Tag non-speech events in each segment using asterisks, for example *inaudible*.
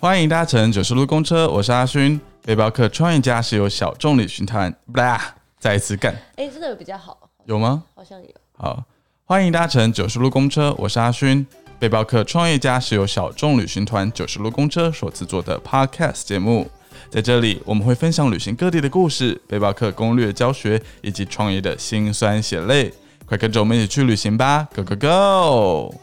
欢迎搭乘九十路公车，我是阿勋。背包客创业家是由小众里寻探，不啦，再一次干哎、这个比较好，有吗？好像有。好，欢迎搭乘九十路公车，我是阿勋。背包客创业家是由小众旅行团九十路公车所制作的 Podcast 节目，在这里我们会分享旅行各地的故事、背包客攻略教学以及创业的辛酸血泪。快跟着我们一起去旅行吧，Go Go Go！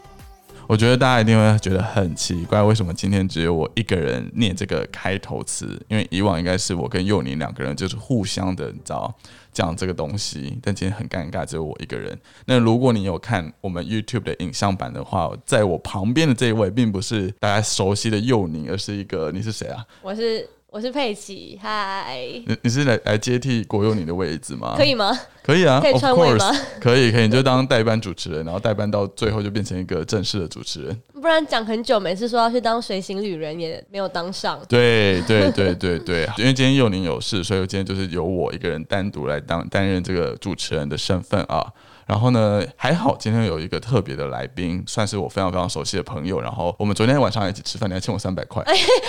我觉得大家一定会觉得很奇怪，为什么今天只有我一个人念这个开头词？因为以往应该是我跟佑宁两个人就是互相的，你知道讲这个东西，但今天很尴尬，只有我一个人。那如果你有看我们 YouTube 的影像版的话，在我旁边的这一位并不是大家熟悉的佑宁，而是一个你是谁啊？我是我是佩奇，嗨，你你是来来接替国佑宁的位置吗？可以吗？可以啊，可以 of 篡位 course， *laughs* 吗可以可以，你就当代班主持人，然后代班到最后就变成一个正式的主持人。不然讲很久，每次说要去当随行旅人也没有当上。对对对对对，因为今天佑宁有事，所以今天就是由我一个人单独来当担任这个主持人的身份啊。然后呢，还好今天有一个特别的来宾，算是我非常非常熟悉的朋友。然后我们昨天晚上一起吃饭，你还欠我三百块。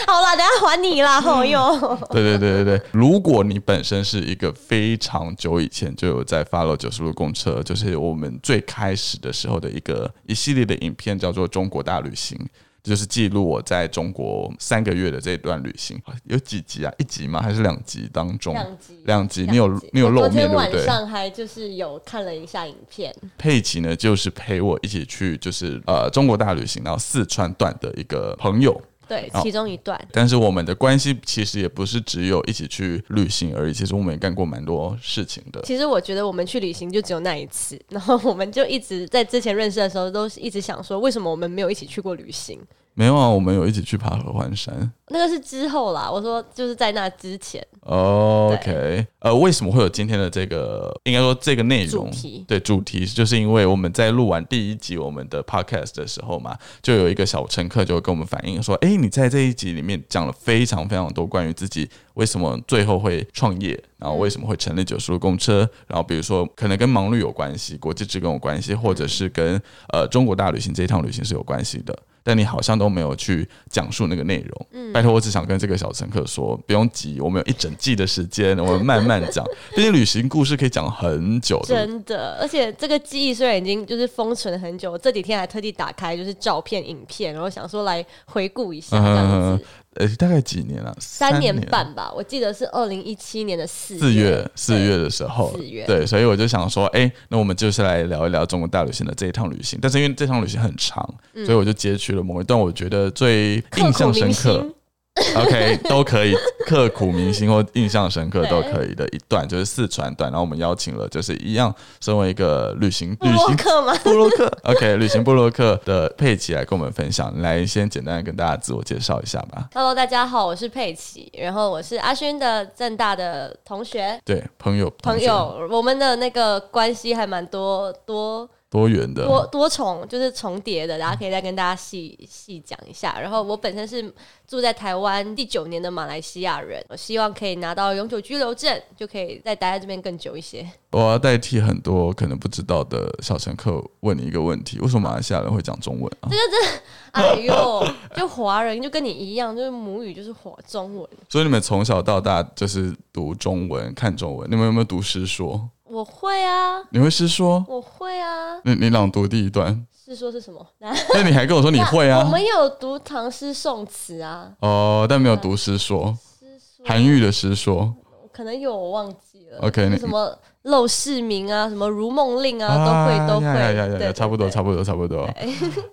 好啦，等一下还你啦，好用。对对对对对，如果你本身是一个非常久以前就有在 follow 九十路公车，就是我们最开始的时候的一个一系列的影片，叫做《中国大旅行》。就是记录我在中国三个月的这段旅行，有几集啊？一集吗？还是两集当中？两集两集。你有你有我露昨面天对不晚对？上还就是有看了一下影片，佩奇呢，就是陪我一起去，就是呃中国大旅行，然后四川段的一个朋友。对好，其中一段。但是我们的关系其实也不是只有一起去旅行而已，其实我们也干过蛮多事情的。其实我觉得我们去旅行就只有那一次，然后我们就一直在之前认识的时候都是一直想说，为什么我们没有一起去过旅行？没有啊，我们有一起去爬合欢山。那个是之后啦，我说就是在那之前，哦 OK，呃，为什么会有今天的这个？应该说这个内容主题对主题，就是因为我们在录完第一集我们的 podcast 的时候嘛，就有一个小乘客就会跟我们反映说，哎、你在这一集里面讲了非常非常多关于自己为什么最后会创业，然后为什么会成立九十路公车，然后比如说可能跟忙碌有关系，国际职工有关系，或者是跟呃中国大旅行这一趟旅行是有关系的。但你好像都没有去讲述那个内容，拜托，我只想跟这个小乘客说，不用急，我们有一整季的时间，我们慢慢讲。毕竟旅行故事可以讲很久，对不对真的，而且这个记忆虽然已经就是封存了很久，我这几天还特地打开就是照片、影片，然后想说来回顾一下这样嗯子。，呃，大概几年了、三年年。半吧，我记得是二零一七年的四四月，四月的时候，四月对，所以我就想说，哎、那我们就是来聊一聊中国大旅行的这一趟旅行。但是因为这趟旅行很长，所以我就截取了某一段我觉得最嗯刻印骨象深铭刻，心。 *laughs* OK，都可以，刻骨铭心或印象深刻对都可以的一段，就是四川段。然后我们邀请了，就是一样，身为一个旅行布旅洛行克吗？ *laughs* 布洛克，OK，旅行布洛克的佩奇来跟我们分享。来，先简单地跟大家自我介绍一下吧。 Hello，大家好，我是佩奇，然后我是阿勋的正大的同学对，朋友，朋同学友，我们的那个关系还蛮多多多元的，多多重，就是重叠的，大家可以再跟大家细细讲一下。然后我本身是住在台湾第九年的马来西亚人，我希望可以拿到永久居留证，就可以再待在这边更久 *laughs* 一些。我要代替很多可能不知道的小乘客问你一个问题：为什么马来西亚人会讲中文啊？哎呦，就华人就跟你一样，就是母语就是华中文。所以你们从小到大就是读中文、看中文，你们有没有读诗说？我会啊，你会诗说？我会啊。你你朗读第一段。 *laughs* 是说是什么？那你还跟我说你会我啊？们有读唐诗宋词啊，哦，但没有读诗说，诗书韩愈的诗说可能有我忘记了。 OK，就你什么陋室铭啊，什么如梦令啊，都会都呀呀呀会，呀对呀，差不多，对差不多，差不多。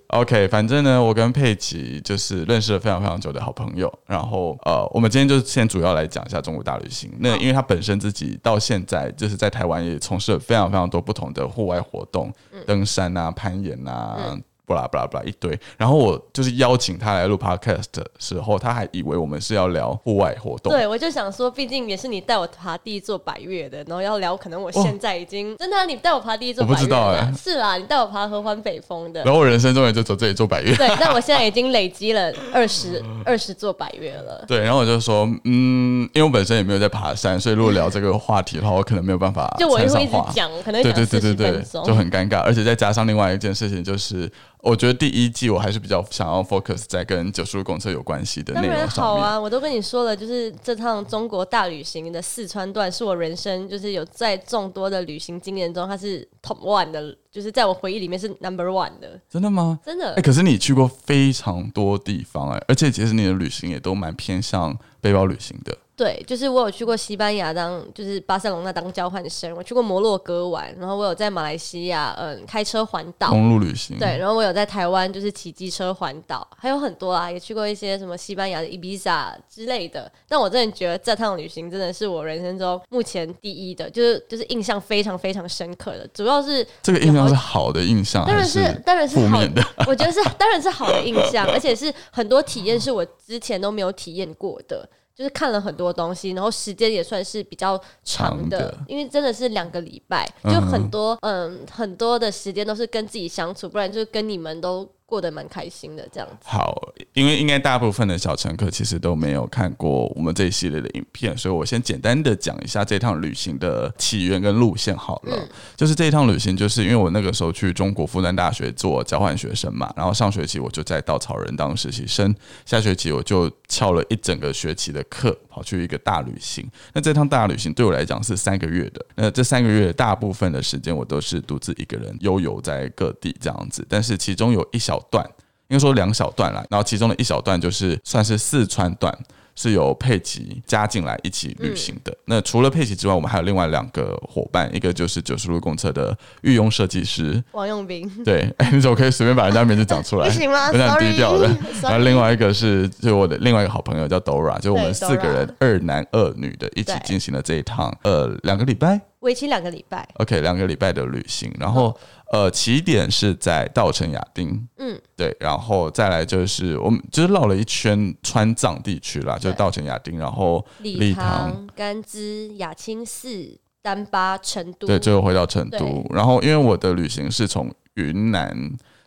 OK，反正呢，我跟佩奇就是认识了非常非常久的好朋友。然后呃，我们今天就先主要来讲一下中国大旅行。那因为他本身自己到现在就是在台湾也从事了非常非常多不同的户外活动，嗯登山啊、攀岩啊。不啦不啦不啦一堆，然后我就是邀请他来录 podcast 的时候，他还以为我们是要聊户外活动，对，我就想说，毕竟也是你带我爬第一座百越的，然后要聊，可能我现在已经、真的啊、你带我爬第一座哦我不百知越道啦欸是啦，你带我爬合欢北峰的，然后我人生中也就走这里做百越。对，但我现在已经累积了 *laughs* 二十二十座百越了。对，然后我就说，嗯，因为我本身也没有在爬山，所以如果聊这个话题的话，我可能没有办法就我参会上一直话。讲，可能对对对讲对四十对分，钟就。很尴尬。而且再加上另外一件事情，就是我觉得第一季我还是比较想要 focus 在跟九十路公车有关系的当内然容好上面。啊，我都跟你说了，就是这趟中国大旅行的四川段，是我人生就是有在众多的旅行经验中，它是 top one 的，就是在我回忆里面是 number one 的，真的吗？真的。哎、可是你去过非常多地方哎、而且其实你的旅行也都蛮偏向背包旅行的。对，就是我有去过西班牙当，就是巴塞隆那当交换生，我去过摩洛哥玩，然后我有在马来西亚，嗯，开车环岛，公路旅行，对，，然后我有在台湾就是骑机车环岛，还有很多啊，也去过一些什么西班牙的 Ibiza 之类的。但我真的觉得这趟旅行真的是我人生中目前第一的，就是就是印象非常非常深刻的，主要是这个印象是好的印象，当然啊还是当然是负好面的？ *laughs* 我觉得是当然是好的印象， *laughs* 而且是很多体验是我之前都没有体验过的。就是看了很多东西，然后时间也算是比较长长的，的因为真的是两个礼拜，就嗯很多嗯很多的时间都是跟自己相处，不然就是跟你们都过得蛮开心的这样子。好，因为应该大部分的小乘客其实都没有看过我们这一系列的影片，所以我先简单的讲一下这趟旅行的起源跟路线好了。就是这一趟旅行，就是因为我那个时候去中国复旦大学做交换学生嘛，然后上学期我就在稻草人当实习生，下学期我就翘了一整个学期的课，跑去一个大旅行。那这趟大旅行对我来讲是三个月的，那这三个月大部分的时间我都是独自一个人悠游在各地这样子，但是其中有一小段。应该说两小段啦，然后其中的一小段就是算是四川段，是由佩奇加进来一起旅行嗯的。那除了佩奇之外，我们还有另外两个伙伴，一个就是九十路公车的御用设计师，王永斌，对，哎、你怎么可以随便把人家名字讲出来？嗯 *laughs* 不行吗有点？Sorry，低 *laughs* 调的。然后 sorry 另外一个是，就我的另外一个好朋友叫 Dora，就我们对四个人二男二女的一起对进行了这一趟呃两个礼拜为期两个礼拜， ，OK 两个礼拜的旅行。然后、呃起点是在稻城亚丁，嗯，对，然后再来就是我们就是绕了一圈川藏地区啦，就是对稻城亚丁，然后礼礼堂、甘孜、雅青寺、丹巴、成都，对，最后回到成都。然后因为我的旅行是从云南，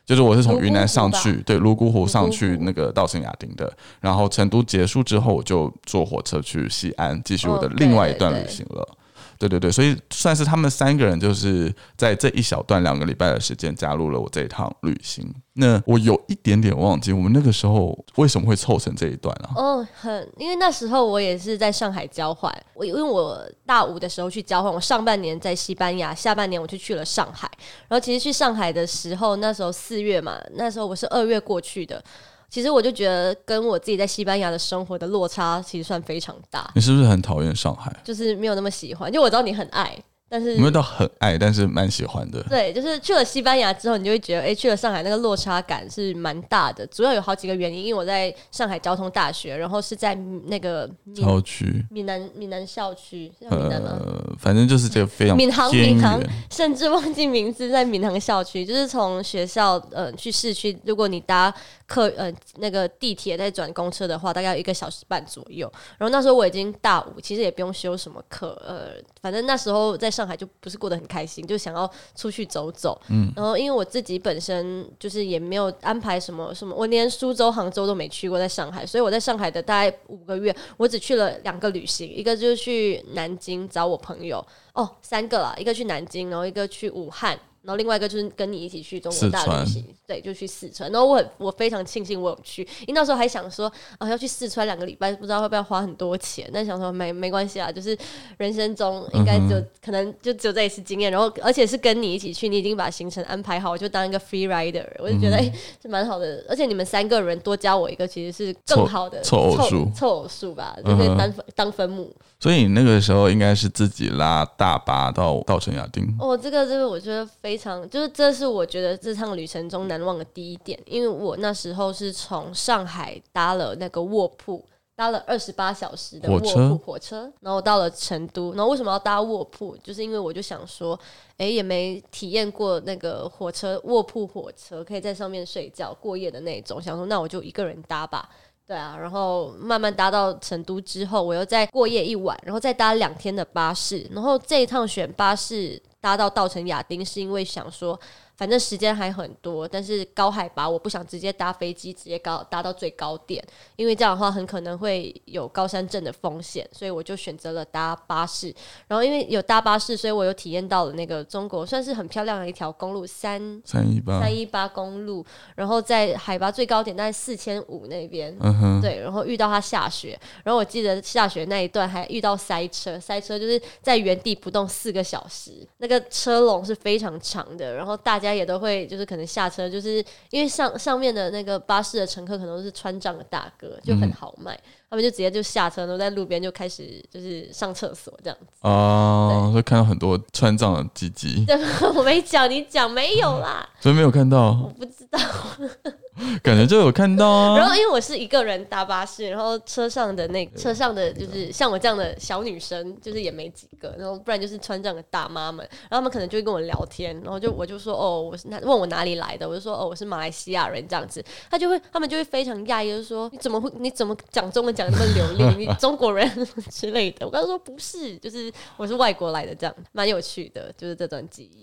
就是我是从云南上泸去，对，泸沽湖上泸去沽湖那个稻城亚丁的。然后成都结束之后，我就坐火车去西安，继续我的哦对另外一段对对旅行了。对对对，所以算是他们三个人，就是在这一小段两个礼拜的时间，加入了我这一趟旅行。那我有一点点忘记，我们那个时候为什么会凑成这一段啊？哦，很，因为那时候我也是在上海交换，我因为我大五的时候去交换，我上半年在西班牙，下半年我就去了上海。然后其实去上海的时候，那时候四月嘛，那时候我是二月过去的。其实我就觉得跟我自己在西班牙的生活的落差其实算非常大，你是不是很讨厌上海？就是没有那么喜欢。就我知道你很爱，但是没有到很爱，但是蛮喜欢的。对，就是去了西班牙之后，你就会觉得，哎、去了上海那个落差感是蛮大的。主要有好几个原因，因为我在上海交通大学，然后是在那个闽郊区，闽南闽南校区，是叫闽南吗？嗯呃，反正就是这个 *laughs* 非常闵行嗯偏闵行远甚至忘记名字，在闵行校区，就是从学校呃去市区，如果你搭客呃那个地铁再转公车的话，大概要一个小时半左右。然后那时候我已经大五，其实也不用修什么课，呃，反正那时候在上海就不是过得很开心，就想要出去走走。嗯，然后因为我自己本身就是也没有安排什么什么，我连苏州、杭州都没去过，在上海，所以我在上海的大概五个月，我只去了两个旅行，一个就是去南京找我朋友，哦，三个啦，一个去南京，然后一个去武汉。然后另外一个就是跟你一起去中国大旅行，对，就去四川。然后我很我非常庆幸我有去，因为那时候还想说啊要去四川两个礼拜，不知道会不会花很多钱，但想说没没关系啊，就是人生中应该嗯就、可能就只有这一次经验。然后而且是跟你一起去，你已经把行程安排好，我就当一个 free rider，我就觉嗯得哎、是蛮好的。而且你们三个人多加我一个，其实是更凑好的凑偶数凑偶数吧，就可以嗯哼当分当分母。所以你那个时候应该是自己拉大巴到稻城亚丁。哦，这个这个我觉得非常，就是这是我觉得这趟旅程中难忘的第一点，因为我那时候是从上海搭了那个卧铺。搭了二十八小时的火卧车铺火车，然后到了成都。然后为什么要搭卧铺？就是因为我就想说，哎，也没体验过那个火车卧铺火车，可以在上面睡觉过夜的那种。想说，那我就一个人搭吧。对啊，然后慢慢搭到成都之后，我又再过夜一晚，然后再搭两天的巴士。然后这一趟选巴士搭到稻城亚丁，是因为想说，反正时间还很多，但是高海拔我不想直接搭飞机直接高搭到最高点，因为这样的话很可能会有高山症的风险，所以我就选择了搭巴士。然后因为有搭巴士，所以我有体验到了那个中国算是很漂亮的一条公路三三一八，三一八公路，然后在海拔最高点大概四千五那边，嗯哼，对，然后遇到它下雪，然后我记得下雪那一段还遇到塞车，塞车就是在原地不动四个小时，那个车龙是非常长的，然后大家也都会就是可能下车，就是因为上上面的那个巴士的乘客可能都是穿障的大哥，就很豪迈，他们就直接就下车，然后在路边就开始就是上厕所这样 *laughs* 子。哦，会看到很多川藏的鸡鸡，对，我没讲，你讲没有啦，所以没有看到我，不知道。 *laughs* *laughs* 感觉就有看到啊。然后因为我是一个人搭巴士，然后车上的那车上的就是像我这样的小女生，就是也没几个，然后不然就是穿这样的大妈们，然后他们可能就会跟我聊天，然后就我就说哦，我是哪问我哪里来的，我就说哦我是马来西亚人这样子，他就会他们就会非常讶异，就说你怎么会你怎么讲中文讲得那么流利，你中国人之类的，我刚说不是，就是我是外国来的，这样蛮有趣的，就是这段记忆。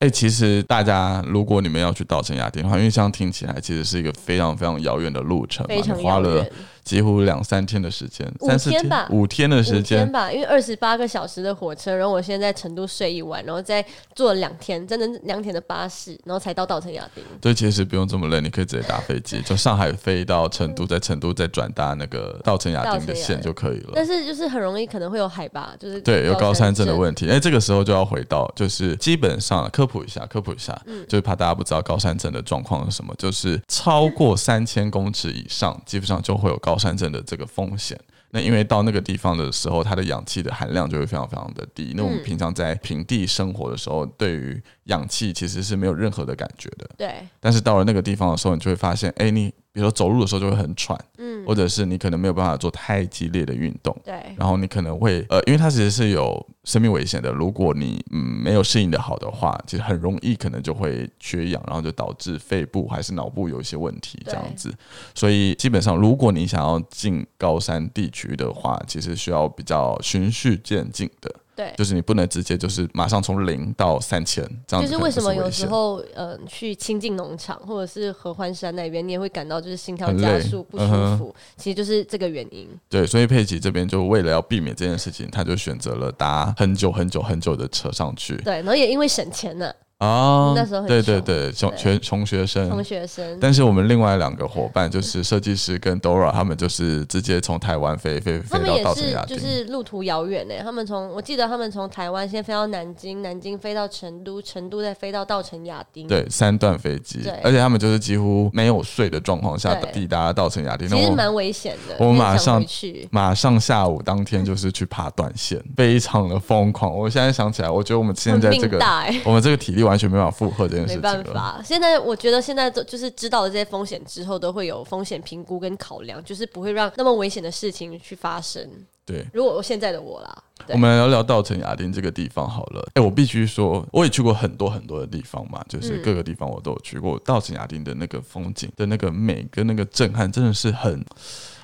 哎、其实大家如果你们要去稻城亚丁的话，因为这样听起来其实是一个非常非常遥远的路程嘛，非常你花遥了远，几乎两三天的时间，五三四天吧五天的五时天间，吧，因为二十八个小时的火车，然后我现在在成都睡一晚，然后再坐两天，整整两天的巴士，然后才到稻城亚丁。对，其实不用这么累，你可以直接搭飞机，嗯从上海飞到成都，在成都再转搭那个稻城亚丁的线就可以了但。是就是很容易可能会有海拔，就是对，有高山症的题。问题。哎，这个时候就要回到，就是基本上科普一下，科普一下，就是怕大家不知道高山症的状况是什么，就是超过三千公尺以上，基本上就会有高山症的这个风险。那因为到那个地方的时候，它的氧气的含量就会非常非常的低。那我们平常在平地生活的时候，对于氧气其实是没有任何的感觉的。对，但是到了那个地方的时候，你就会发现，哎、你比如说走路的时候就会很喘，嗯，或者是你可能没有办法做太激烈的运动，对，然后你可能会呃，因为它其实是有生命危险的，如果你嗯没有适应的好的话，其实很容易可能就会缺氧，然后就导致肺部还是脑部有一些问题这对样子。所以基本上，如果你想要进高山地区的话，其实需要比较循序渐进的。对。就是你不能直接就是马上从零到三千这样就子可能是危险，是为什么有时候，呃，去亲近农场或者是合欢山那边，你也会感到就是心跳很加累速、不舒嗯哼服，其实就是这个原因。对，所以佩奇这边就为了要避免这件事情，他就选择了搭很久很久很久的车上去对，然后也因为省钱呢、啊。那时候很对对穷对，穷对穷穷学从生。学生但是我们另外两个伙伴就是设计师跟 Dora，他们就是直接从台湾飞飞他飞们到也稻城是亚就丁。是路途遥远欸呢，他们从我记得他们从台湾先飞到南京，南京飞到成都，成都再飞到稻城亚丁。，对，三段飞机对，而且他们就是几乎没有睡的状况下对抵达稻城亚丁。那其实我蛮危险的。我很马想上回去，马上下午当天就是去爬短线，非常的疯狂。我现在想起来，我觉得我们现在这 *laughs* 很命个 *laughs* 大哎、我们这个体力完全没办法负荷这件事没情办了。法，现在我觉得现在都就是知道了这些风险之后，都会有风险评估跟考量，就是不会让那么危险的事情去发生。对，如果现在的我啦，对我们来聊聊稻城亚丁这个地方好了。哎、我必须说，我也去过很多很多的地方嘛，就是各个地方我都有去过。稻城亚丁的那个风景的那个美跟那个震撼，真的是很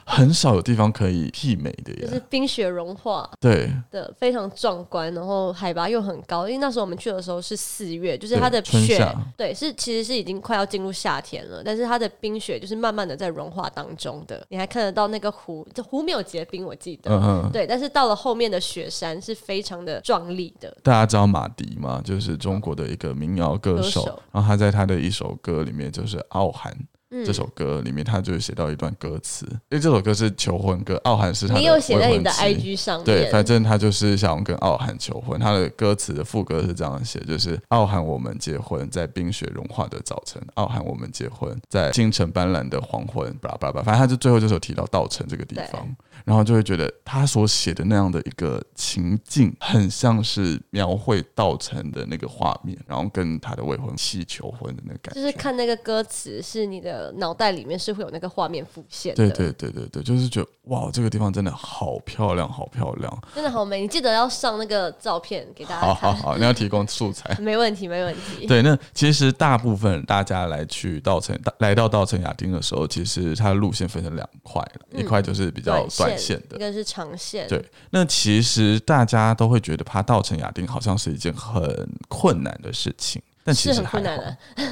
很少有地方可以媲美的耶。就是冰雪融化对，的非常壮观，然后海拔又很高，因为那时候我们去的时候是四月，就是对它的春雪夏对，是其实是已经快要进入夏天了，但是它的冰雪就是慢慢的在融化当中的，你还看得到那个湖，这湖没有结冰，我记得。嗯哼。对，但是到了后面的雪山是非常的壮丽的，大家知道马迪吗？就是中国的一个民谣歌手，歌手然后他在他的一首歌里面，就是《傲寒》嗯这首歌里面，他就写到一段歌词，因为这首歌是求婚歌，《傲寒》是他的你有写在你的未婚妻 IG 上面，对，反正他就是想要跟傲寒求婚。他的歌词的副歌是这样写：就是傲寒，我们结婚，在冰雪融化的早晨；傲寒，我们结婚，在星辰斑斓的黄昏。巴拉巴拉巴拉，反正他就最后就是有提到稻城这个地方，然后就会觉得他所写的那样的一个情境，很像是描绘稻城的那个画面，然后跟他的未婚妻求婚的那个感觉。就是看那个歌词，是你的脑袋里面是会有那个画面浮现的，对对对对对，就是觉得哇，这个地方真的好漂亮，好漂亮，真的好美。你记得要上那个照片给大好家好看，好，你要提供素材。没问题，没问题。对，那其实大部分大家来去稻城，大来到稻城亚丁的时候，其实它的路线分成两块了，一块就是比较短线嗯一的。个是长线，对，那其实大家都会觉得爬稻城亚丁好像是一件很困难的事情，但其是实很还困难好，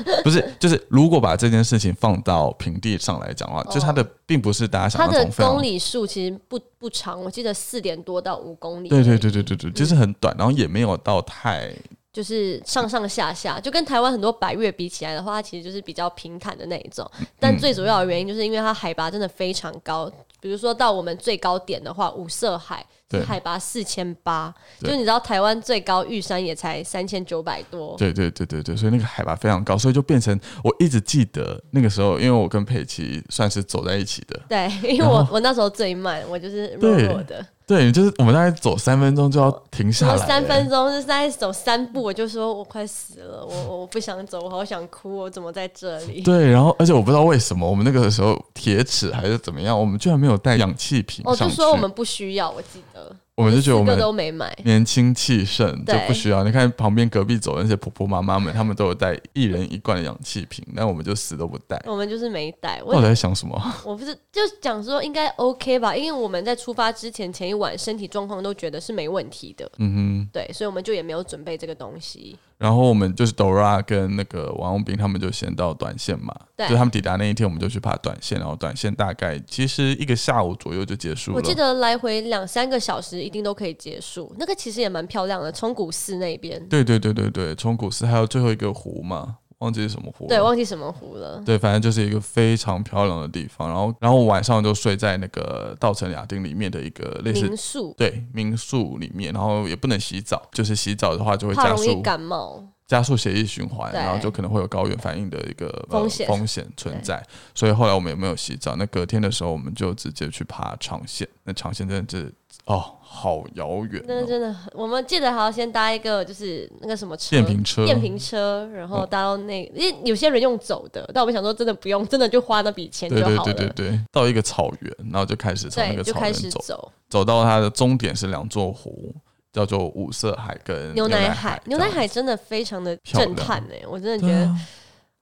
的。不是就是如果把这件事情放到平地上来讲的话，就是它的并不是大家想哦它象的中非常公里数其实不不长，我记得四点多到五公里。对对，对对对对，嗯就是很短，然后也没有到太就是上上下下，就跟台湾很多百越比起来的话，它其实就是比较平坦的那一种。嗯但最主要的原因就是因为它海拔真的非常高，比如说到我们最高点的话，五色海对是海拔四千八，对就你知道台湾最高玉山也才三千九百多。对对对对对，所以那个海拔非常高，所以就变成我一直记得那个时候，因为我跟佩奇算是走在一起的，对，因为然我后我那时候最慢，我就是弱对弱的，对，就是我们大概走三分钟就要停下我来，哦三分钟就是在走三步，我就说我快死了，我我我不想走，我好想哭，我怎么在这里？对，然后而且我不知道为什么我们那个时候铁齿还是怎么样，我们居然没有带氧气瓶哦，上就去，说我们不需要，我记得我们就觉得我四个们都没买。年轻气盛就对不需要。你看旁边隔壁走的那些婆婆妈妈们，他们都有带一人一罐的氧气瓶，但我们就死都不带。我们就是没带，到底哦我在想什么？我不是就讲说应该 OK 吧，因为我们在出发之前前一晚身体状况都觉得是没问题的，嗯哼。对，所以我们就也没有准备这个东西。然后我们就是 Dora 跟那个王文斌他们就先到短线嘛，对就他们抵达那一天，我们就去爬短线，然后短线大概其实一个下午左右就结束了。我记得来回两三个小时一定都可以结束，那个其实也蛮漂亮的，冲古寺那边，对对对对对，冲古寺还有最后一个湖嘛，忘记是什么湖了。对，忘记什么湖了。对，反正就是一个非常漂亮的地方。然后，然后我晚上就睡在那个稻城亚丁里面的一个类似民宿对民宿里面，然后也不能洗澡，就是洗澡的话就会怕加容易速感冒，加速血液循环，对然后就可能会有高原反应的一个、呃风险风险存在。所以后来我们也没有洗澡，那隔天的时候我们就直接去爬长线，那长线真的是哦，好遥远、那哦，真的很，我们记得还要先搭一个就是那个什么车，电瓶车，哦电瓶车，然后搭到那，因为有些人用走的，但我们想说真的不用，真的就花那笔钱就对对好了，对对对，到一个草原，然后就开始从那对个就草开原始走，走。走到它的终点是两座湖，叫做五色海跟牛奶奶海，牛奶海真的非常的漂亮震撼哎、我真的这觉样。对得，啊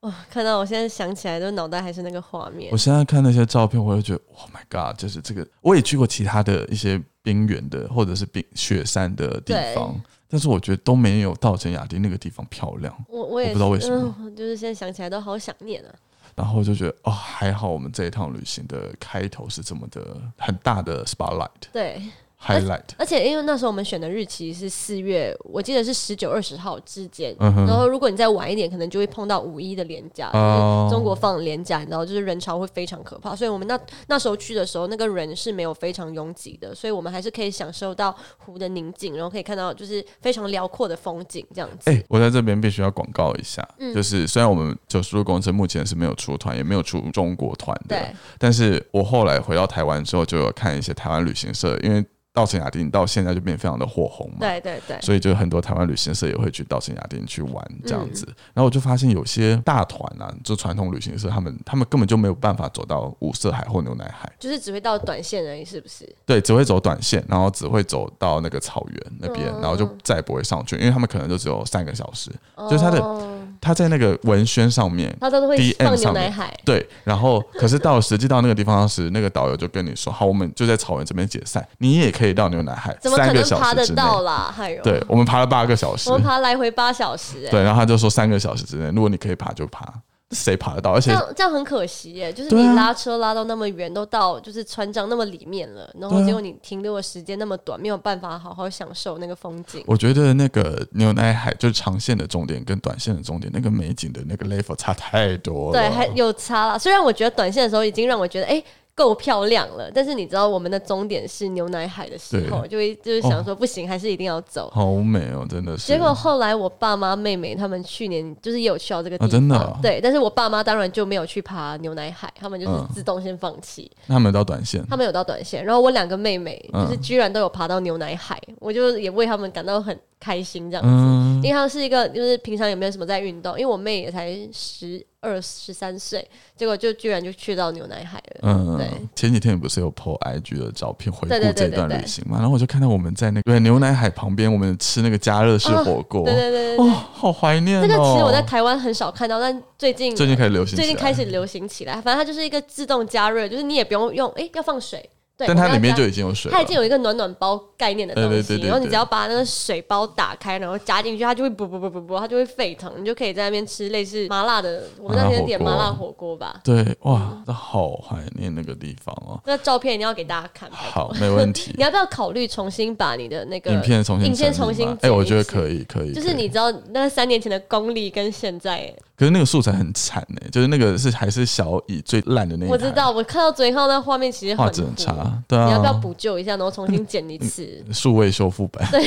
哇、看到我现在想起来，都脑袋还是那个画面我。现在看那些照片，我就觉得，Oh my God，就是这个。我也去过其他的一些冰原的或者是冰雪山的地方，但是我觉得都没有稻城亚丁那个地方漂亮。我我也我不知道为什么嗯就是现在想起来都好想念啊。然后我就觉得，哦，还好我们这一趟旅行的开头是这么的很大的 spotlight 对， highlight。而且因为那时候我们选的日期是四月，我记得是十九、二十号之间。嗯然哼，后如果你再晚一点，可能就会碰到五一的连假，哦就是中国放连假，你知道，就是人潮会非常可怕。所以我们那那时候去的时候，那个人是没有非常拥挤的，所以我们还是可以享受到湖的宁静，然后可以看到就是非常辽阔的风景这样子。哎、我在这边必须要广告一下，嗯就是虽然我们九十路公司目前是没有出团，也没有出中国团的，对，但是我后来回到台湾之后，就有看一些台湾旅行社，因为稻城亚丁到现在就变得非常的火红嘛，对对对，所以就很多台湾旅行社也会去稻城亚丁去玩这样嗯子。然后我就发现有些大团啊，就传统旅行社，他们他们根本就没有办法走到五色海或牛奶海，就是只会到短线而已，是不是？对，只会走短线，然后只会走到那个草原那边，嗯然后就再也不会上去，因为他们可能就只有三个小时。就是它的哦、他在那个文宣上 *laughs* 面。他都会 DM 放牛上奶面海，对，然后可是到实际到那个地方时，那个导游就跟你说：“好，我们就在草原这边解散，你也可以到牛奶海，怎么可三个能小爬时得之内。到啦？还有，对，我们爬了八个小时，我们爬来回八小时、哎。对，然后他就说三个小时之内，如果你可以爬就爬，谁爬得到？而这且样这样很可惜耶，就是对你啊拉车拉到那么远，都到就是川藏那么里面了，对然后啊结果你停留的时间那么短，没有办法好好享受那个风景。我觉得那个牛奶海就是长线的终点跟短线的终点，那个美景的那个 level 差太多了。对，还有差啦。虽然我觉得短线的时候已经让我觉得哎。够漂亮了，但是你知道我们的终点是牛奶海的时候，就会就是想说不行，还是一定要走。好美哦，真的是。结果后来我爸妈、妹妹他们去年就是也有去到这个地方，啊真的啊对，但是我爸妈当然就没有去爬牛奶海，他们就是嗯自动先放弃。那他们有到短线，他们有到短线，然后我两个妹妹嗯就是居然都有爬到牛奶海，我就也为他们感到很开心这样子，嗯因为他们是一个就是平常也没有什么在运动，因为我妹也才十二十三岁，结果就居然就去到牛奶海了，对嗯，前几天你不是有 po IG 的照片回对顾对对这对段对旅行嘛？然后我就看到我们在那个对牛奶海旁边，我们吃那个加热式火锅，啊对对对对哦对，，好怀念哦。这个其实我在台湾很少看到，但最近最近开始流行起来，最近开始流行起来，反正它就是一个自动加热，就是你也不用用，诶，要放水。对，但我它刚刚里面讲就已经有水了。它已经有一个暖暖包概念的东西，啊哎对对对对对然后你只要把那个水包打开，然后加进去，它就会啵啵啵啵啵，它就会沸腾，你就可以在那边吃类似麻辣的。我们那天点麻麻辣辣火火锅吧，对，哇，那好怀念那个地方哦。那照片一定要给大家看。拜托好，没问题你。 *laughs* 要不要考虑重新把你的那个影片重新影整片理重新吗剪一次？哎，我觉得可以，可以。就是可以你知道那三年前的功力跟现在，可是那个素材很惨哎、就是那个是还是小乙最烂的那一台，我知道，我看到昨天看到那画面，其实画很质很糊差，对啊，你要不要补救一下，然后重新剪一次？数位修复版？对。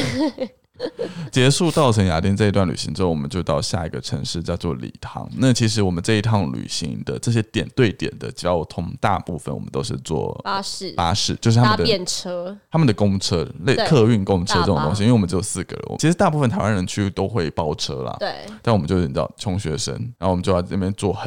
*laughs* 结束稻城亚丁这一段旅行之后，我们就到下一个城市，叫做礼堂。那其实我们这一趟旅行的这些点对点的交通，大部分我们都是坐巴士、巴士，就是嗯他搭们的便车，他们的公车类对客运公车这种大巴东西，因为我们只有四个人，其实大部分台湾人去都会包车啦。对。但我们就是你知道穷学生，然后我们就要在那边坐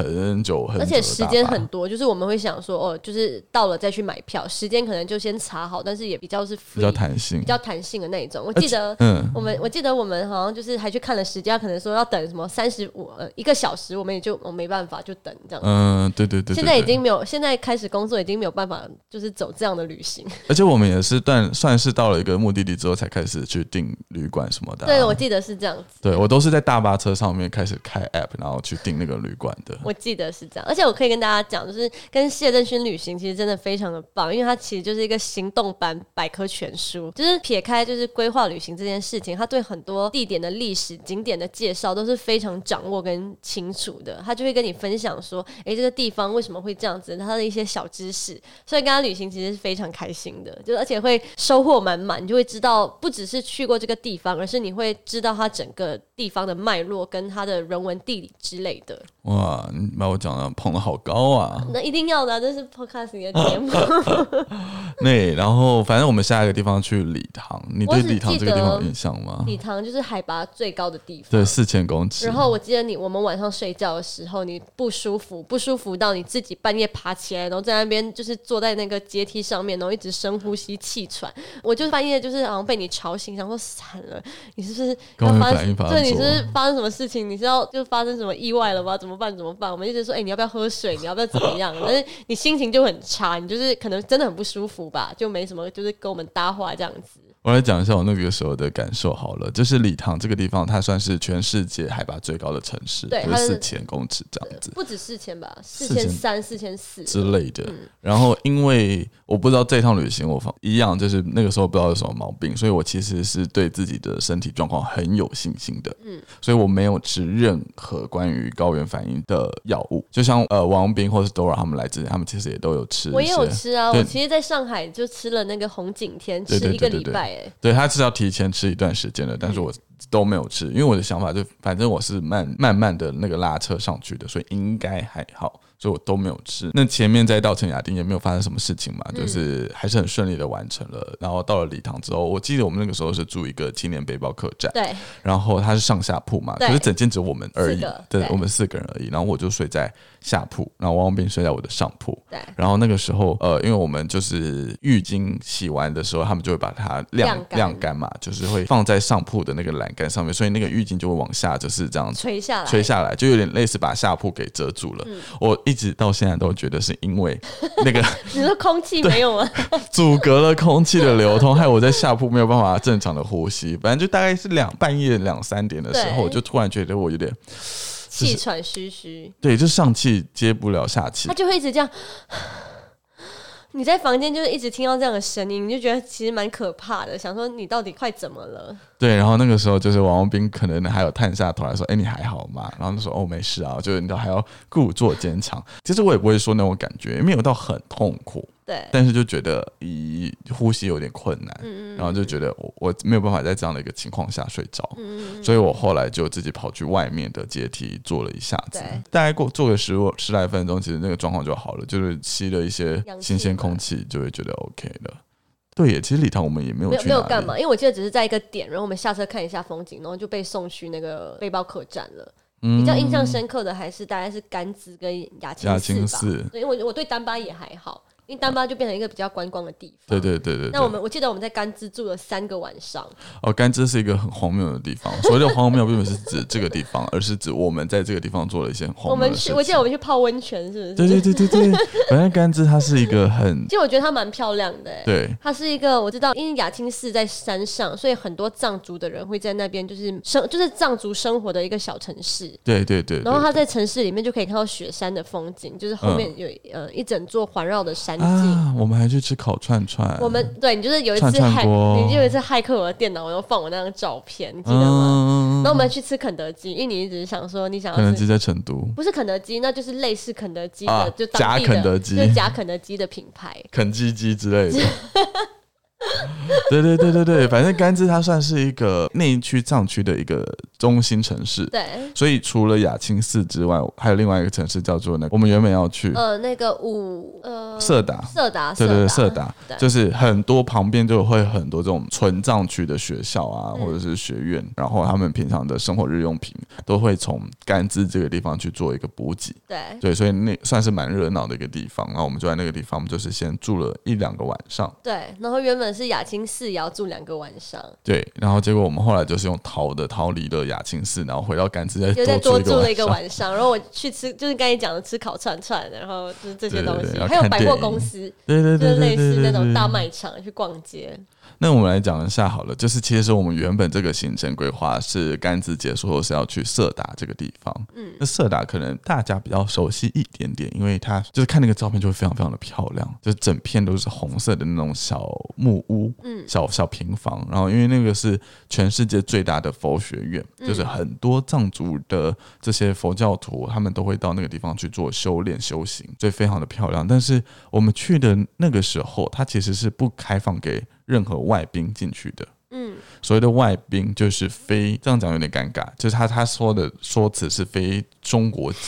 很久很久的大巴，而且时间很多，就是我们会想说，哦，就是到了再去买票，时间可能就先查好，但是也比较是 free, 比较弹性比，较弹性的那一种。我记得嗯，我们，我记得我们好像就是还去看了时间，可能说要等什么三十五呃一个小时，我们也就我没办法就等这样。嗯，对对对对现在已对经没有，现在开始工作已经没有办法，就是走这样的旅行。而且我们也是但算是到了一个目的地之后才开始去订旅馆什么的啊、 *laughs* 对，我记得是这样子，对我都是在大巴车上面开始开 app，然后去订那个旅馆的。我记得是这样。而且我可以跟大家讲，就是跟谢振勋旅行其实真的非常的棒，因为他其实就是一个行动版百科全书，就是撇开就是规划旅行这件事情，他对很多地点的历史景点的介绍都是非常掌握跟清楚的。他就会跟你分享说，诶，这个地方为什么会这样子，他的一些小知识。所以跟他旅行其实是非常开心的，就是而且会收获满满，你就会知道不只是去过这个地方，而是你会知道它整个地方的脉络跟它的人文地理之类的。哇，你把我讲的捧的好高 *laughs* 啊！那一定要的啊、这是 podcast 里的节 *laughs* 目。那然后反正我们下一个地方去礼堂，你我对只礼堂记这个地方得有印象吗？礼堂就是海拔最高的地方。对，四千公尺。然后我记得你，我们晚上睡觉的时候，你不舒服，不舒服到你自己半夜爬起来，然后在那边就是坐在那个阶梯上面，然后一直深呼吸气喘。我就半夜就是好像被你吵醒，想说惨了，你是不是高要原发反应发作对，你是不是发生什么事情？你是要就发生什么意外了吗？怎么办？怎么办？我们一直说，哎、你要不要喝水？你要不要怎么 *laughs* 样？但是你心情就很差，你就是可能真的很不舒服吧，就没什么，就是跟我们搭话这样子。我来讲一下我那个时候的感受好了，就是礼堂这个地方，它算是全世界海拔最高的城市，对就它是是四千公尺这样子。不止四千吧，四千千三、四千四，之类的。然后因为我不知道这趟旅行我放一样，就是那个时候不知道有什么毛病，所以我其实是对自己的身体状况很有信心的。嗯，所以我没有吃任何关于高原反应的药物，就像呃王斌或是 Dora 他们来之前，他们其实也都有吃一些。我也有吃啊，对我其实在上海就吃了那个红景天，对吃对一个对对礼对拜、欸，对，他是要提前吃一段时间的，但是嗯我都没有吃，因为我的想法就反正我是慢慢慢的那个拉车上去的，所以应该还好，所以我都没有吃。那前面在稻城亚丁也没有发生什么事情嘛，嗯就是还是很顺利的完成了。然后到了礼堂之后，我记得我们那个时候是住一个青年背包客栈，对，然后它是上下铺嘛，对可是整间只有我们而已四个，对对我们四个人而已。然后我就睡在下铺，然后汪斌睡在我的上铺。对然后那个时候，呃，因为我们就是浴巾洗完的时候，他们就会把它晾晾干晾干嘛，就是会放在上铺的那个栏杆上面，所以那个浴巾就会往下就是这样子垂下来，吹下来，就有点类似把下铺给遮住了。嗯我一直到现在都觉得是因为那个 *laughs* 你说空气没有吗？啊阻隔了空气的流通，害我在下铺没有办法正常的呼吸。反正就大概是两半夜两三点的时候，对我就突然觉得我有点气喘吁吁，对，就上气接不了下气他。就会一直这样。 *sighs* 你在房间就是一直听到这样的声音，你就觉得其实蛮可怕的，想说你到底快怎么了？对，然后那个时候就是王文斌可能还有探下头来说：“哎，你还好吗？”然后他说：“ *laughs* 哦，没事啊。”就是你知道还要故作坚强。其实我也不会说那种感觉，没有到很痛苦，对，但是就觉得咦，呼吸有点困难，嗯然后就觉得我我没有办法在这样的一个情况下睡着，嗯所以我后来就自己跑去外面的阶梯坐了一下子对，大概过坐个十五十来分钟，其实那个状况就好了，就是吸了一些氧气新鲜嘛空气，就会觉得 OK 的。对耶，其实礼堂我们也没有没有去没有哪干里嘛，因为我记得只是在一个点，然后我们下车看一下风景，然后就被送去那个背包客栈了。嗯比较印象深刻的还是大概是甘孜跟雅亚青青寺吧。寺，对，因为我我对丹巴也还好，因为丹巴就变成一个比较观光的地方。对对对对对。那我们我记得我们在甘孜住了三个晚上，哦，甘孜是一个很荒谬的地方。所谓的荒谬，并不是指这个地方，而是指我们在这个地方做了一些很我荒谬们的事去情。我记得我们去泡温泉，是不是？对对对对对，反正甘孜它是一个很其实我觉得它蛮漂亮的、欸，对它是一个我知道，因为雅青寺在山上，所以很多藏族的人会在那边，就是生就是藏族生活的一个小城市。对对对，然后对嗯它在城市里面就可以看到雪山的风景，就是后面有、呃一整座环绕的山景。啊，我们还去吃烤串串，我们对你就是有一次串串骇，锅你就有一次骇客我的电脑，我又放我那张照片，你记得吗？嗯然，后我们去吃肯德基，因为你一直想说你想肯要德吃基在成都，不是肯德基，那就是类似肯德基的，啊就当地假肯的德基就是假肯德基的品牌。肯基基之类 *laughs* 的。对对对对对，反正甘孜它算是一个内区藏区的一个中心城市，对，所以除了雅青寺之外，还有另外一个城市叫做那我们原本要去呃，那个五呃色达，色达，对对对，色色达达对就是很多旁边就会很多这种纯藏区的学校啊，嗯或者是学院，然后他们平常的生活日用品都会从甘孜这个地方去做一个补给。对对，所以那算是蛮热闹的一个地方。然后我们就在那个地方，我们就是先住了一两个晚上，对。然后原本是雅青寺也要住两个晚上，对。然后结果我们后来就是用逃的逃离了雅青寺，然后回到甘孜又再再多哎多住住了一个个晚上。晚上。然后我去吃，就是刚才讲的吃烤串串，然后就是这些对对东对西，要还有看百货电影公司，对对就对是对类对似对那种对。大卖场去逛街。那我们来讲一下好了，就是其实我们原本这个行程规划是甘孜结束后是要去色达这个地方。嗯，那色达可能大家比较熟悉一点点，因为它就是看那个照片就会非常非常的漂亮，就是整片都是红色的那种小木屋，嗯，小小平房。然后因为那个是全世界最大的佛学院，嗯就是很多藏族的这些佛教徒他们都会到那个地方去做修炼修行，所以非常的漂亮。但是我们去的那个时候，它其实是不开放给任何外宾进去的。嗯，所谓的外宾就是非这样讲有点尴尬，就是他他说的说辞是非中国 *laughs* 籍，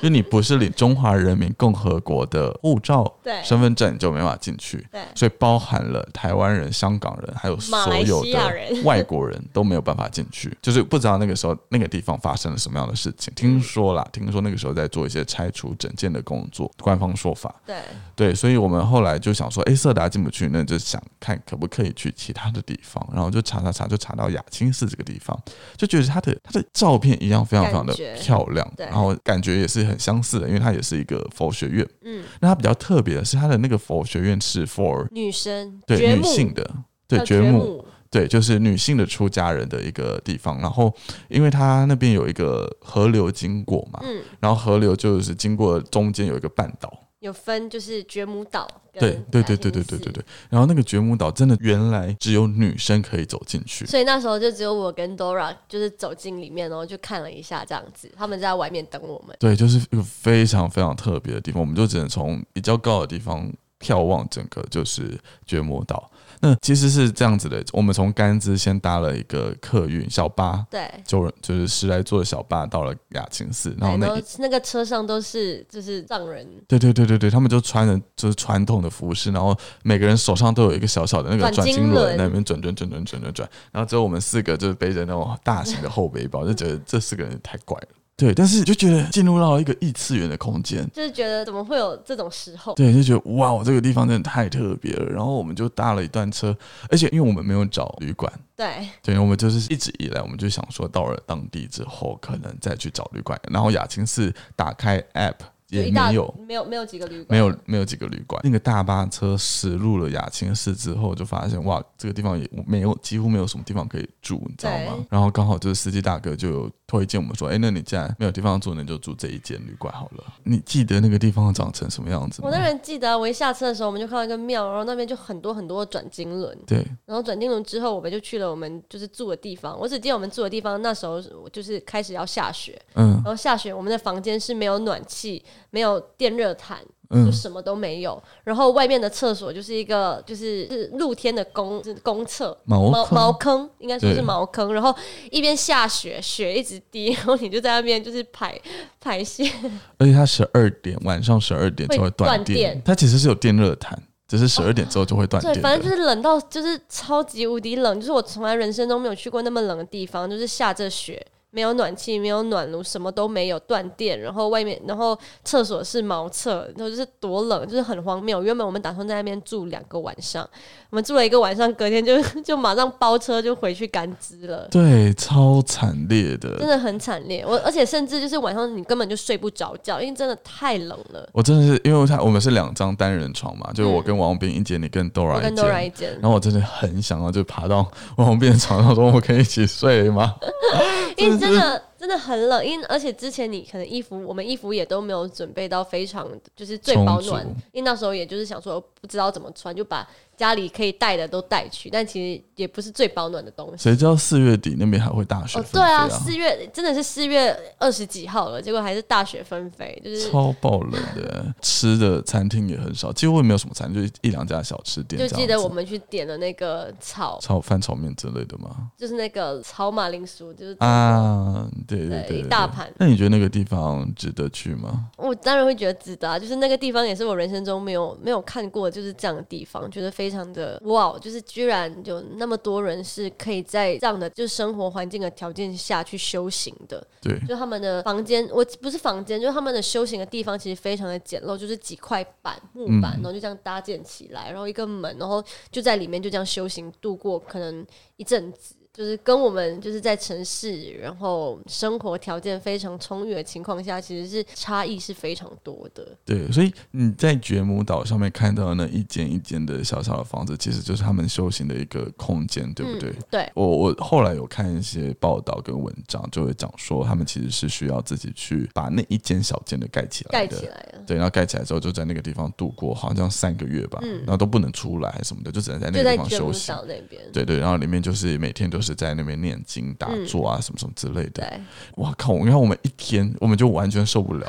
就你不是领中华人民共和国的护照、对身份证，你就没法进去。对所以包含了台湾人、香港人，还有马来所有西亚的人外国人都没有办法进去，就是不知道那个时候那个地方发生了什么样的事情。听说啦，听说那个时候在做一些拆除整件的工作，官方说法。对对，所以我们后来就想说，诶，色达进不去，那就想看可不可以去其他的地方，然后就查查查，就查到雅青寺这个地方，就觉得它的它的照片一样非常非常的感觉漂亮，对然后感觉也是很相似的，因为它也是一个佛学院。嗯，那它比较特别的是，它的那个佛学院是 for 女生对掘女墓性的，叫对掘掘墓，，对就是女性的出家人的一个地方。然后，因为它那边有一个河流经过嘛，嗯，然后河流就是经过中间有一个半岛。有分就是掘墓岛跟对对雅对对对青对对寺对。然后那个掘墓岛真的原来只有女生可以走进去，所以那时候就只有我跟 Dora 就是走进里面，然后就看了一下这样子，他们在外面等我们。对，就是一个非常非常特别的地方，我们就只能从比较高的地方眺望整个就是掘墓岛。那其实是这样子的，我们从甘孜先搭了一个客运小巴，对，九人就是十来座的小巴到了雅青寺，然后对那然后一那个车上都是就是藏人对对对对对，他们就穿着就是传统的服饰，然后每个人手上都有一个小小的那个转转经经轮轮，那边转转转转转转转，然后只有我们四个就是背着那种大型的后背包，就觉得这四个人太怪了。嗯对，但是就觉得进入到一个异次元的空间，就是觉得怎么会有这种时候？对，就觉得哇，这个地方真的太特别了。然后我们就搭了一段车，而且因为我们没有找旅馆，对对，我们就是一直以来我们就想说，到了当地之后可能再去找旅馆。然后雅青寺打开 app 就也一大没有，没有没有几个旅馆，没有没有几个旅馆。那个大巴车驶入了雅青市之后，就发现哇，这个地方也没有几乎没有什么地方可以住，你知道吗对？然后刚好就是司机大哥就有推荐我们说，哎、那你既然没有地方住，那你就住这一间旅馆好了。你记得那个地方长成什么样子吗我？当然记得，我一下车的时候，我们就看到一个庙，然后那边就很多很多转经轮，对然后转经轮之后，我们就去了我们就是住的地方。我只记得我们住的地方，那时候就是开始要下雪，嗯然后下雪，我们的房间是没有暖气，没有电热毯，就嗯，什么都没有。然后外面的厕所就是一个就是是露天的公是公厕。毛茅坑茅坑应该说是对茅坑，然后一边下雪，雪一直滴，然后你就在那边就是排排泄，而且它十二点晚上十二点就会会断断电哦电，它其实是有电热毯，只是十二点之后就会断对电，的。反正就是冷到就是超级无敌冷，就是我从来人生中没有去过那么冷的地方，就是下着雪，没有暖气，没有暖炉，什么都没有，断电，然后外面，然后厕所是茅厕，然后就是多冷，就是很荒谬。原本我们打算在那边住两个晚上，我们住了一个晚上，隔天就就马上包车就回去甘孜了。对，超惨烈真的。的很惨烈，我而且甚至就是晚上你根本就睡不着觉，因为真的太冷了。我真的是，因为他我们是两张单人床嘛，就是我嗯跟王斌一间，你跟我 Dora 跟一 Dora 间。一间然，后我真的很想要就爬到王斌的床上说：“我可以一起睡 *laughs* 吗 *laughs* 因为真嗯的真的很冷，因为而且之前你可能衣服，我们衣服也都没有准备到非常就是最保充足暖，因为那时候也就是想说不知道怎么穿，就把家里可以带的都带去，但其实也不是最保暖的东？”西。谁知道四月底那边还会大雪哦，纷飞对啊，四月真的是四月二十几号了，结果还是大雪纷飞，就是超爆冷的，吃的餐厅也很少，几乎也没有什么餐厅，就一两家小吃店这样子。就记得我们去点了那个草，炒饭、炒面之类的吗？就是那个草马铃薯，就是啊，对对对对对一大盘那你觉得那个地方值得去吗？我当然会觉得值得啊，就是那个地方也是我人生中没有没有看过，就是这样的地方，觉得非常的哇，就是居然有那么多人是可以在这样的就是生活环境的条件下去修行的，对，就他们的房间，我不是房间，就是他们的修行的地方其实非常的简陋，就是几块板木板，嗯然后就这样搭建起来，然后一个门，然后就在里面就这样修行度过可能一阵子。就是跟我们就是在城市，然后生活条件非常充裕的情况下，其实是差异是非常多的。对，所以你在觉母岛上面看到的那一间一间的小小的房子，其实就是他们修行的一个空间，对不对？嗯、对，我我后来有看一些报道跟文章，就会讲说他们其实是需要自己去把那一间小间的盖起来盖的起，来了，对，然后盖起来之后就在那个地方度过，好像三个月吧，嗯然后都不能出来什么的，就只能在那就个在地方卷休木息。岛那边。对对，然后里面就是每天都是在那边念经、打嗯坐啊，什么什么之类的。对，哇靠！你看我们一天，我们就完全受不了。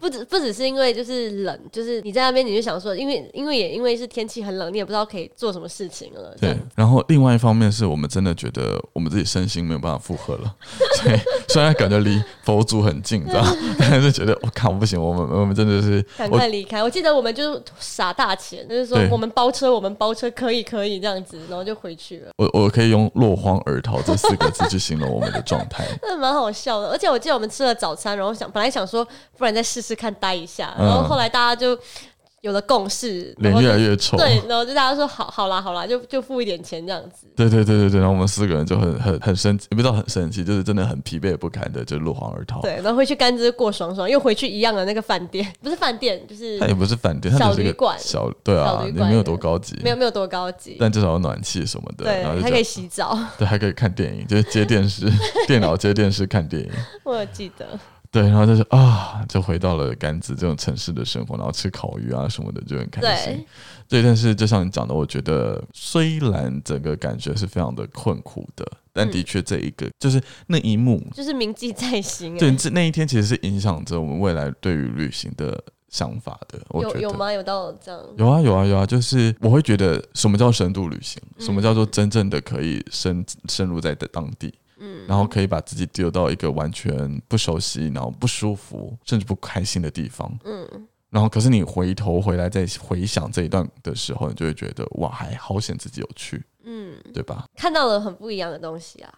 不只不只是因为就是冷，就是你在那边你就想说，因为因为也因为是天气很冷，你也不知道可以做什么事情了。对这样，然后另外一方面是我们真的觉得我们自己身心没有办法负荷了， *laughs* 所以虽然感觉离佛祖很近，你知道， *laughs* 但是觉得我靠不行，我们我们真的是赶我快离开！我记得我们就是傻大钱，就是说对我们包车，我们包车可以可以这样子，然后就回去了，我我可以用落荒而逃这四个字去形容我们的状 *laughs* 态。那蛮好笑的。而且我记得我们吃了早餐，然后想本来想说，不然再试试看待一下，然后嗯后来大家就有了共识，然脸后就越来越臭，对，然后就大家说好好啦好啦，就就付一点钱这样子。对对对对对，然后我们四个人就很很很生气，也不知道很生气，就是真的很疲惫不堪的，就落荒而逃。对，然后回去甘孜过爽爽，又回去一样的那个饭 *laughs* 店，不是饭店，就是它也不是饭店，它小只是一旅个馆小对啊小，旅也馆没有多高级，没有没有多高级。但至少有暖气什么的，对然后，就还觉可得以洗澡，对，还可以看电影，就是接电视， *laughs* 电脑接电视看电影。 *laughs* 我有记得。对，然后就是啊，就回到了甘孜这种城市的生活，然后吃烤鱼啊什么的，就很开心。对，但是就像你讲的，我觉得虽然整个感觉是非常的困苦的，嗯但的确这一个、就是那一幕，就是铭记在心、欸。对，这那一天其实是影响着我们未来对于旅行的想法的。我觉有得有吗？有到这样？有啊有啊有啊，就是我会觉得什么叫深度旅行，什嗯么叫做真正的可以深深入在当地，嗯，然后可以把自己丢到一个完全不熟悉，然后不舒服，甚至不开心的地方，嗯，然后可是你回头回来再回想这一段的时候，你就会觉得哇，还好险自己有去，嗯，对吧？看到了很不一样的东西啊。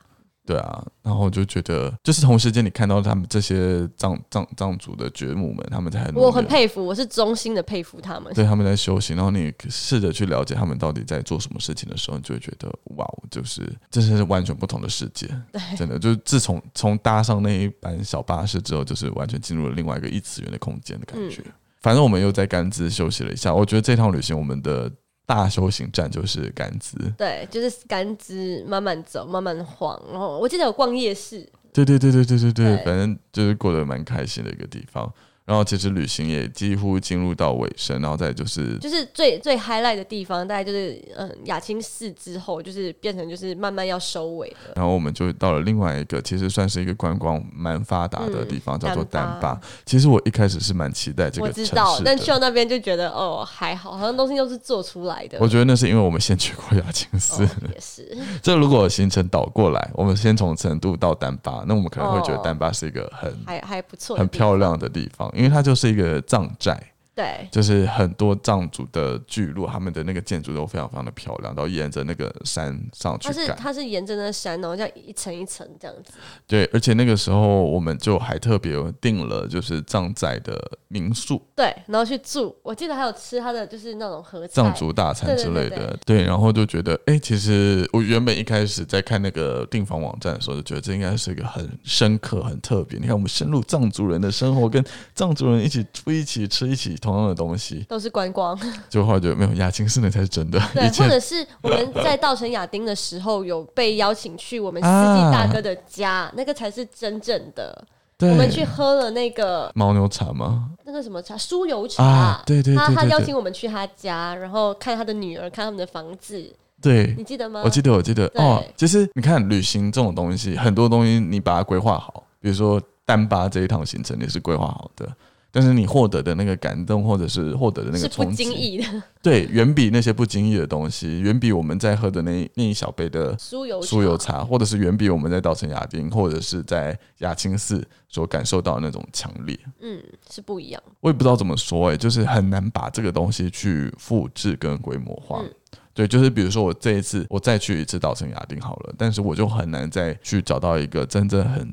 对啊，然后我就觉得，就是同时间你看到他们这些藏藏藏族的觉母们，他们在很努我很力佩服，我是衷心的佩服他们。 *laughs* 对他们在修行，然后你试着去了解他们到底在做什么事情的时候，你就会觉得哇，就是这是完全不同的世界，哎真的就是自从从搭上那一班小巴士之后，就是完全进入了另外一个异次元的空间的感觉。反正我们又在甘孜休息了一下，我觉得这趟旅行我们的大修行站就是甘孜，对，就是甘孜慢慢走，慢慢晃。然后我记得有逛夜市，对对对对对对对，对反正就是过得蛮开心的一个地方。然后其实旅行也几乎进入到尾声，然后再就是就是最最 highlight 的地方，大概就是嗯雅青寺之后，就是变成就是慢慢要收尾了。然后我们就到了另外一个，其实算是一个观光蛮发达的地方，嗯叫做丹丹巴巴。其实我一开始是蛮期待这我个知城市道，但去的。到那边就觉得哦还好，好像东西都是做出来的。我觉得那是因为我们先去过雅青寺哦。也是，这如果行程倒过来，我们先从成都到丹巴，那我们可能会觉得哦丹巴是一个很还还不错的很地方，漂亮的地方，因为它就是一个藏寨。对，就是很多藏族的聚落，他们的那个建筑都非常非常的漂亮，然后沿着那个山上去它是盖。它是沿着那山，然后这样一层一层这样子。对，而且那个时候我们就还特别订了就是藏寨的民宿，对，然后去住，我记得还有吃它的就是那种合菜藏族大餐之类对对的。对，然后就觉得，哎、其实我原本一开始在看那个订房网站的时候，就觉得这应该是一个很深刻、很特别。你看，我们深入藏族人的生活，跟藏族人一起住、一起吃、一起同样的东西，都是 *laughs* 观光，就后来觉得没有亚青是那才是真的。对，一或切者是我们在稻城亚丁的时候有被邀请去我们司啊机大哥的家，那个才是真正的。对，我们去喝了那个牦牛茶吗？那个什么茶，酥油茶，啊对对对他他对对邀请我们去他家，然后看他的女儿，看他们的房子，对，你记得吗？我记得，我记得对哦。其实你看，旅行这种东西，很多东西你把它规划好，比如说丹巴这一趟行程你是规划好的，但是你获得的那个感动，或者是获得的那是个不冲经击，*laughs* 意的对，远比那些不经意的东西，远比我们在喝的那一那一小杯的酥油酥油茶，或者是远比我们在稻城亚丁或者是在雅青寺所感受到的那种强烈。嗯，是不一样。我也不知道怎么说、欸，就是很难把这个东西去复制跟规模化。嗯对，就是比如说我这一次我再去一次稻城亚丁好了，但是我就很难再去找到一个真正很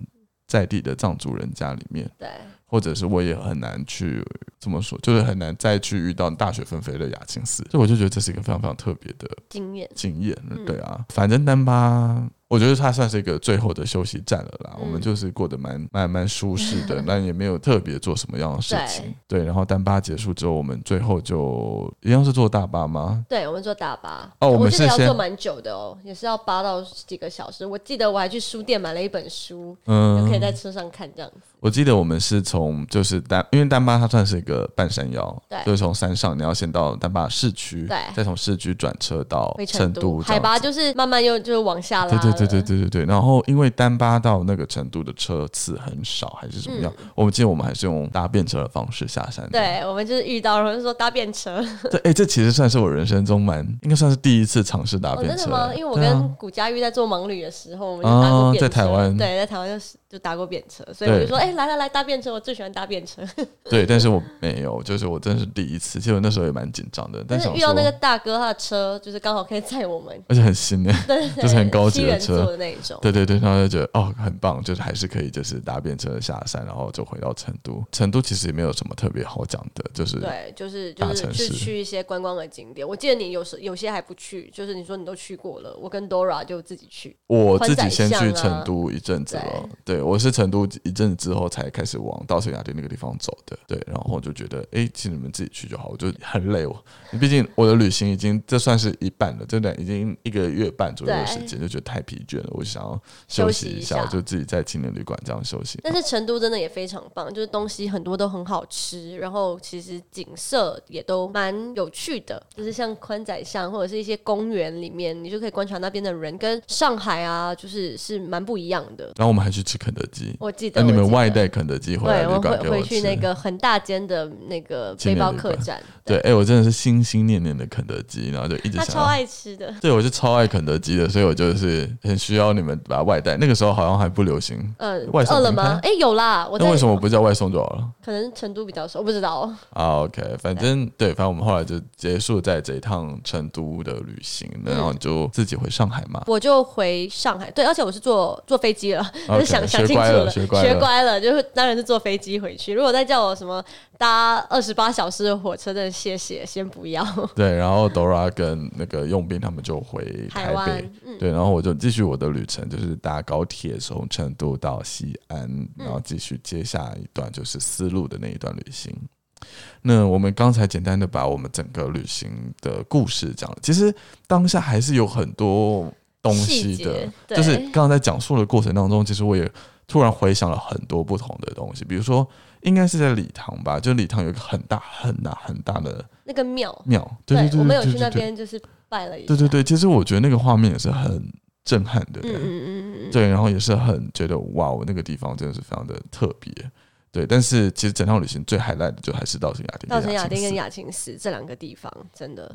在地的藏族人家里面，对，或者是我也很难去这么说，就是很难再去遇到大雪纷飞的雅青寺。所以我就觉得这是一个非常非常特别的经验经验嗯。对啊，反正丹巴，我觉得它算是一个最后的休息站了啦。嗯我们就是过得蛮蛮蛮舒适 *laughs* 的，那也没有特别做什么样的事情。对，然后丹巴结束之后，我们最后就一样是坐大巴吗？对，我们坐大巴。哦我们我记得是要先坐蛮久的哦，也是要八到几个小时。我记得我还去书店买了一本书，就嗯可以，在车上看这样子。我记得我们是从就是丹，因为丹巴它算是一个半山腰，对就是从山上你要先到丹巴市区，对再从市区转车到回成都，海拔就是慢慢又就往下拉对了。对对对对对对。然后因为丹巴到那个程度的车次很少，还是怎么样？我们记得我们还是用搭便车的方式下山的。嗯对我们就是遇到，然后就说搭便车。对，哎、这其实算是我人生中蛮，应该算是第一次尝试搭哦，便真车、的吗？因为我对啊跟古佳玉在做盲旅的时候，我们就搭过便车，哦在台湾对，在台湾就是就搭过便车，所以我就说，哎、来来来，搭便车，我最喜欢搭便车。对，但是我没有，就是我真是第一次，其实我那时候也蛮紧张的，但但是想遇到那个说，大哥，他的车就是刚好可以载我们，而且很新呢。 *laughs* 对，就是 *laughs* 很高级七的人车座的那一种。对对对，然后就觉得哦很棒，就是还是可以就是搭便车下山，然后就回到成都。成都其实也没有什么特别好讲的，就是对，就是大就是城去市去一些观光的景点。我记得你有时有些还不去，就是你说你都去过了，我跟 Dora 就自己去。我自己先去宽窄巷成啊都一阵子了，对我是成都一阵子之后才开始往稻城亚丁那个地方走的，对，然后我就觉得，哎、其实你们自己去就好，我就很累，我毕竟我的旅行已经这算是一半了，真的已经一个月半左右的时间，就觉得太疲倦了，我就想要休息一下，休息一下我就自己在青年旅馆这样休 *laughs* 息。但是成都真的也非常棒，就是东西很多都很好吃，然后其实景色也都蛮有趣的，就是像宽窄巷或者是一些公园里面，你就可以观察那边的人，跟上海啊，就是是蛮不一样的。然后我们还去吃肯德基，我记得、那哎你我们记得外带肯德基回来对，旅我馆会给我回吃去，那个很大间的那个青背年包旅客馆栈，对，哎、我真的是心心念念的肯德基，然后就一直他想超要爱吃的。对，我是超爱肯德基的，所以我就是很需要你们把它外带。那个时候好像还不流行，嗯，外送饿了平吗？哎、有啦，我在那为什么不叫外送就好了？可能成都比较熟，我不知道。啊，OK，反正对，反正我们后来就结束在这一趟成都的旅行，然嗯后你就自己回上海嘛。我就回上海，对，而且我是坐坐飞机了， OK，就想想学清楚乖了学乖了学乖了，就是当然是坐飞机回去。如果再叫我什么搭二十八小时的火车，真的谢谢，先不要。对，然后 Dora 跟那个用兵他们就回台台湾嗯北，对，然后我就继续我的旅程，就是搭高铁从成都到西安，嗯然后继续接下一段就是丝路的那一段旅行。那我们刚才简单的把我们整个旅行的故事讲了，其实当下还是有很多东细西节的，对就是刚刚在讲述的过程当中，其实我也突然回想了很多不同的东西，比如说应该是在礼堂吧，就礼堂有一个很大很大很大的那个庙，庙，对对对，我们有对去对那对边就是拜了一下，对对对，其实我觉得那个画面也是很震撼的，嗯，嗯嗯嗯嗯，对，然后也是很觉得哇，哦我那个地方真的是非常的特别，对。但是其实整趟旅行最 highlight 的就还是稻城亚丁，稻城亚丁跟亚，亚青寺这两个地方，真的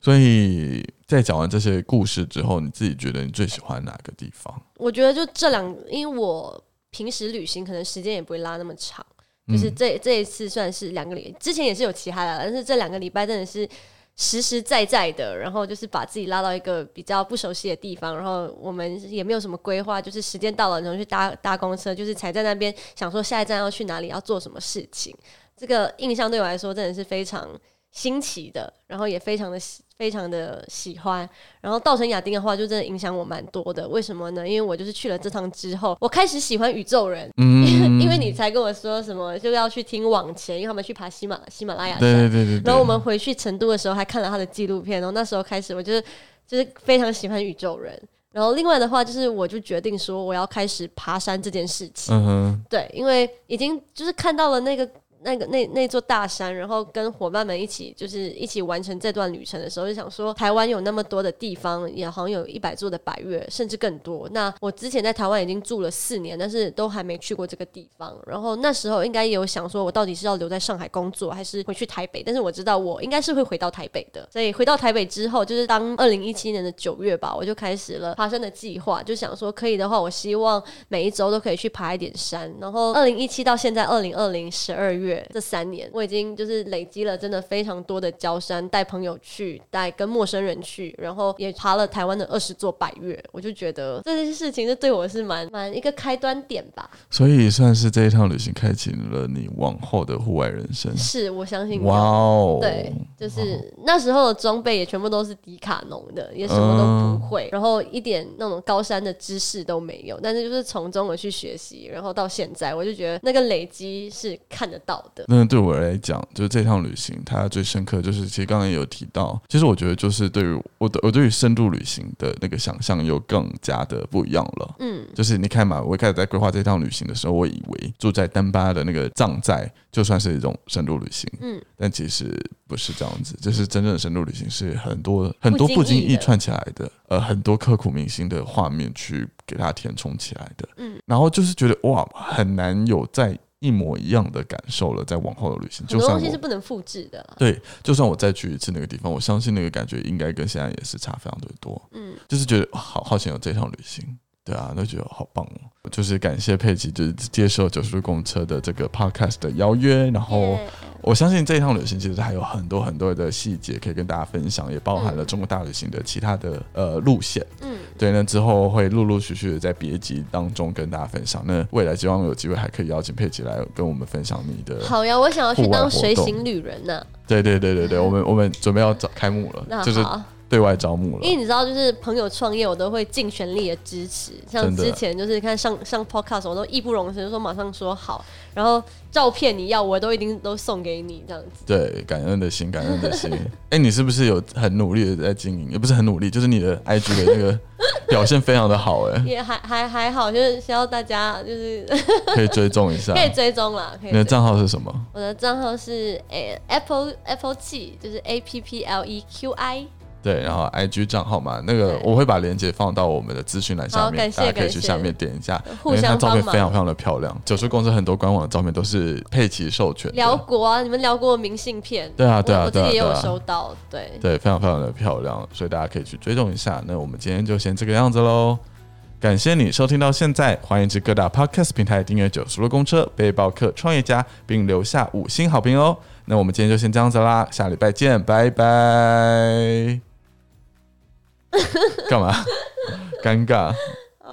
所以在讲完这些故事之后，你自己觉得你最喜欢哪个地方？我觉得就这两，因为我平时旅行可能时间也不会拉那么长，就是嗯这这一次算是两个礼，之前也是有其他的，但是这两个礼拜真的是实实在在的，然后就是把自己拉到一个比较不熟悉的地方，然后我们也没有什么规划，就是时间到了，然后去搭搭公车，就是才在那边想说下一站要去哪里，要做什么事情。这个印象对我来说真的是非常新奇的，然后也非常的非常的喜欢。然后稻城亚丁的话，就真的影响我蛮多的。为什么呢？因为我就是去了这趟之后，我开始喜欢宇宙人，嗯， *laughs* 因为你才跟我说什么就要去听往前，因为他们去爬喜马喜马拉雅山。对对对对对，然后我们回去成都的时候还看了他的纪录片，然后那时候开始我就是就是非常喜欢宇宙人。然后另外的话就是我就决定说我要开始爬山这件事情，嗯哼，对，因为已经就是看到了那个那个那那座大山，然后跟伙伴们一起就是一起完成这段旅程的时候，就想说台湾有那么多的地方，也好像有一百座的百越，甚至更多。那我之前在台湾已经住了四年，但是都还没去过这个地方。然后那时候应该也有想说，我到底是要留在上海工作，还是回去台北？但是我知道我应该是会回到台北的，所以回到台北之后，就是当二零一七年的九月吧，我就开始了爬山的计划，就想说可以的话，我希望每一周都可以去爬一点山。然后二零一七到现在二零二零十二月这三年，我已经就是累积了真的非常多的焦山，带朋友去，带跟陌生人去，然后也爬了台湾的二十座百越。我就觉得这件事情是对我是蛮蛮一个开端点吧。所以算是这一趟旅行开启了你往后的户外人生。是我相信有哇哦，对，就是那时候的装备也全部都是迪卡侬的，也什么都不会，然后一点那种高山的知识都没有。但是就是从中我去学习，然后到现在，我就觉得那个累积是看得到的。那对我来讲，就是这趟旅行，它最深刻就是，其实刚才也有提到，其实我觉得就是对于我的我对于深度旅行的那个想象又更加的不一样了。嗯，就是你看嘛，我一开始在规划这趟旅行的时候，我以为住在丹巴的那个藏寨就算是一种深度旅行，嗯，但其实不是这样子，就是真正的深度旅行是很多很多不不经经意的意串起来的，呃，很多刻骨铭心的画面去给它填充起来的，嗯，然后就是觉得哇，很难有再一模一样的感受了，在往后的旅行，很就多算东西是我不能复制的啦。对，就算我再去一次那个地方，我相信那个感觉应该跟现在也是差非常的多。嗯，就是觉得哇好好想有这趟旅行。对啊，都觉得好棒哦！就是感谢佩奇，就是接受九十度公车的这个 podcast 的邀约，然后耶我相信这一趟旅行其实还有很多很多的细节可以跟大家分享，也包含了中国大旅行的其他的呃路线。嗯，对，那之后会陆陆续续的在别集当中跟大家分享。那未来希望有机会还可以邀请佩奇来跟我们分享你的。好呀，我想要去户外当活动随行旅人呢、对对对对对，我们我们准备要找开幕了，嗯那就是好。啊对外招募了因。为你知道，就是朋友创业，我都会尽全力的支持。像真的之前就是看上上 podcast，我都义不容辞，就说马上说好，然后照片你要，我都一定都送给你这样子。对，感恩的心，感恩的心。哎、你是不是有很努力的在经营？也不是很努力，就是你的 IG 的那个表现非常的好、哎，也还还还好，就是需要大家就是可以追踪一下。 *laughs* 可以追踪啦，可以你的追。账号是什么？我的账号是诶、Apple Apple 气，就是 A P P L E Q I。对，然后 IG 账号嘛，那个对我会把链接放到我们的资讯栏下好感面，谢大家可以感去谢下面点一下，互因为它相照帮片忙非常非常的漂亮。九叔公司很多官网的照片都是佩奇授权的，辽国啊，你们辽国有明信片，对啊对啊我我自对啊己也有对啊收到，对，对，非常非常的漂亮，所以大家可以去追踪一下。那我们今天就先这个样子喽，感谢你收听到现在，欢迎至各大 podcast 平台订阅《九十路公车》背包客创业家，并留下五星好评哦。那我们今天就先这样子啦，下礼拜见，拜 *laughs* 拜。干嘛？尴尬。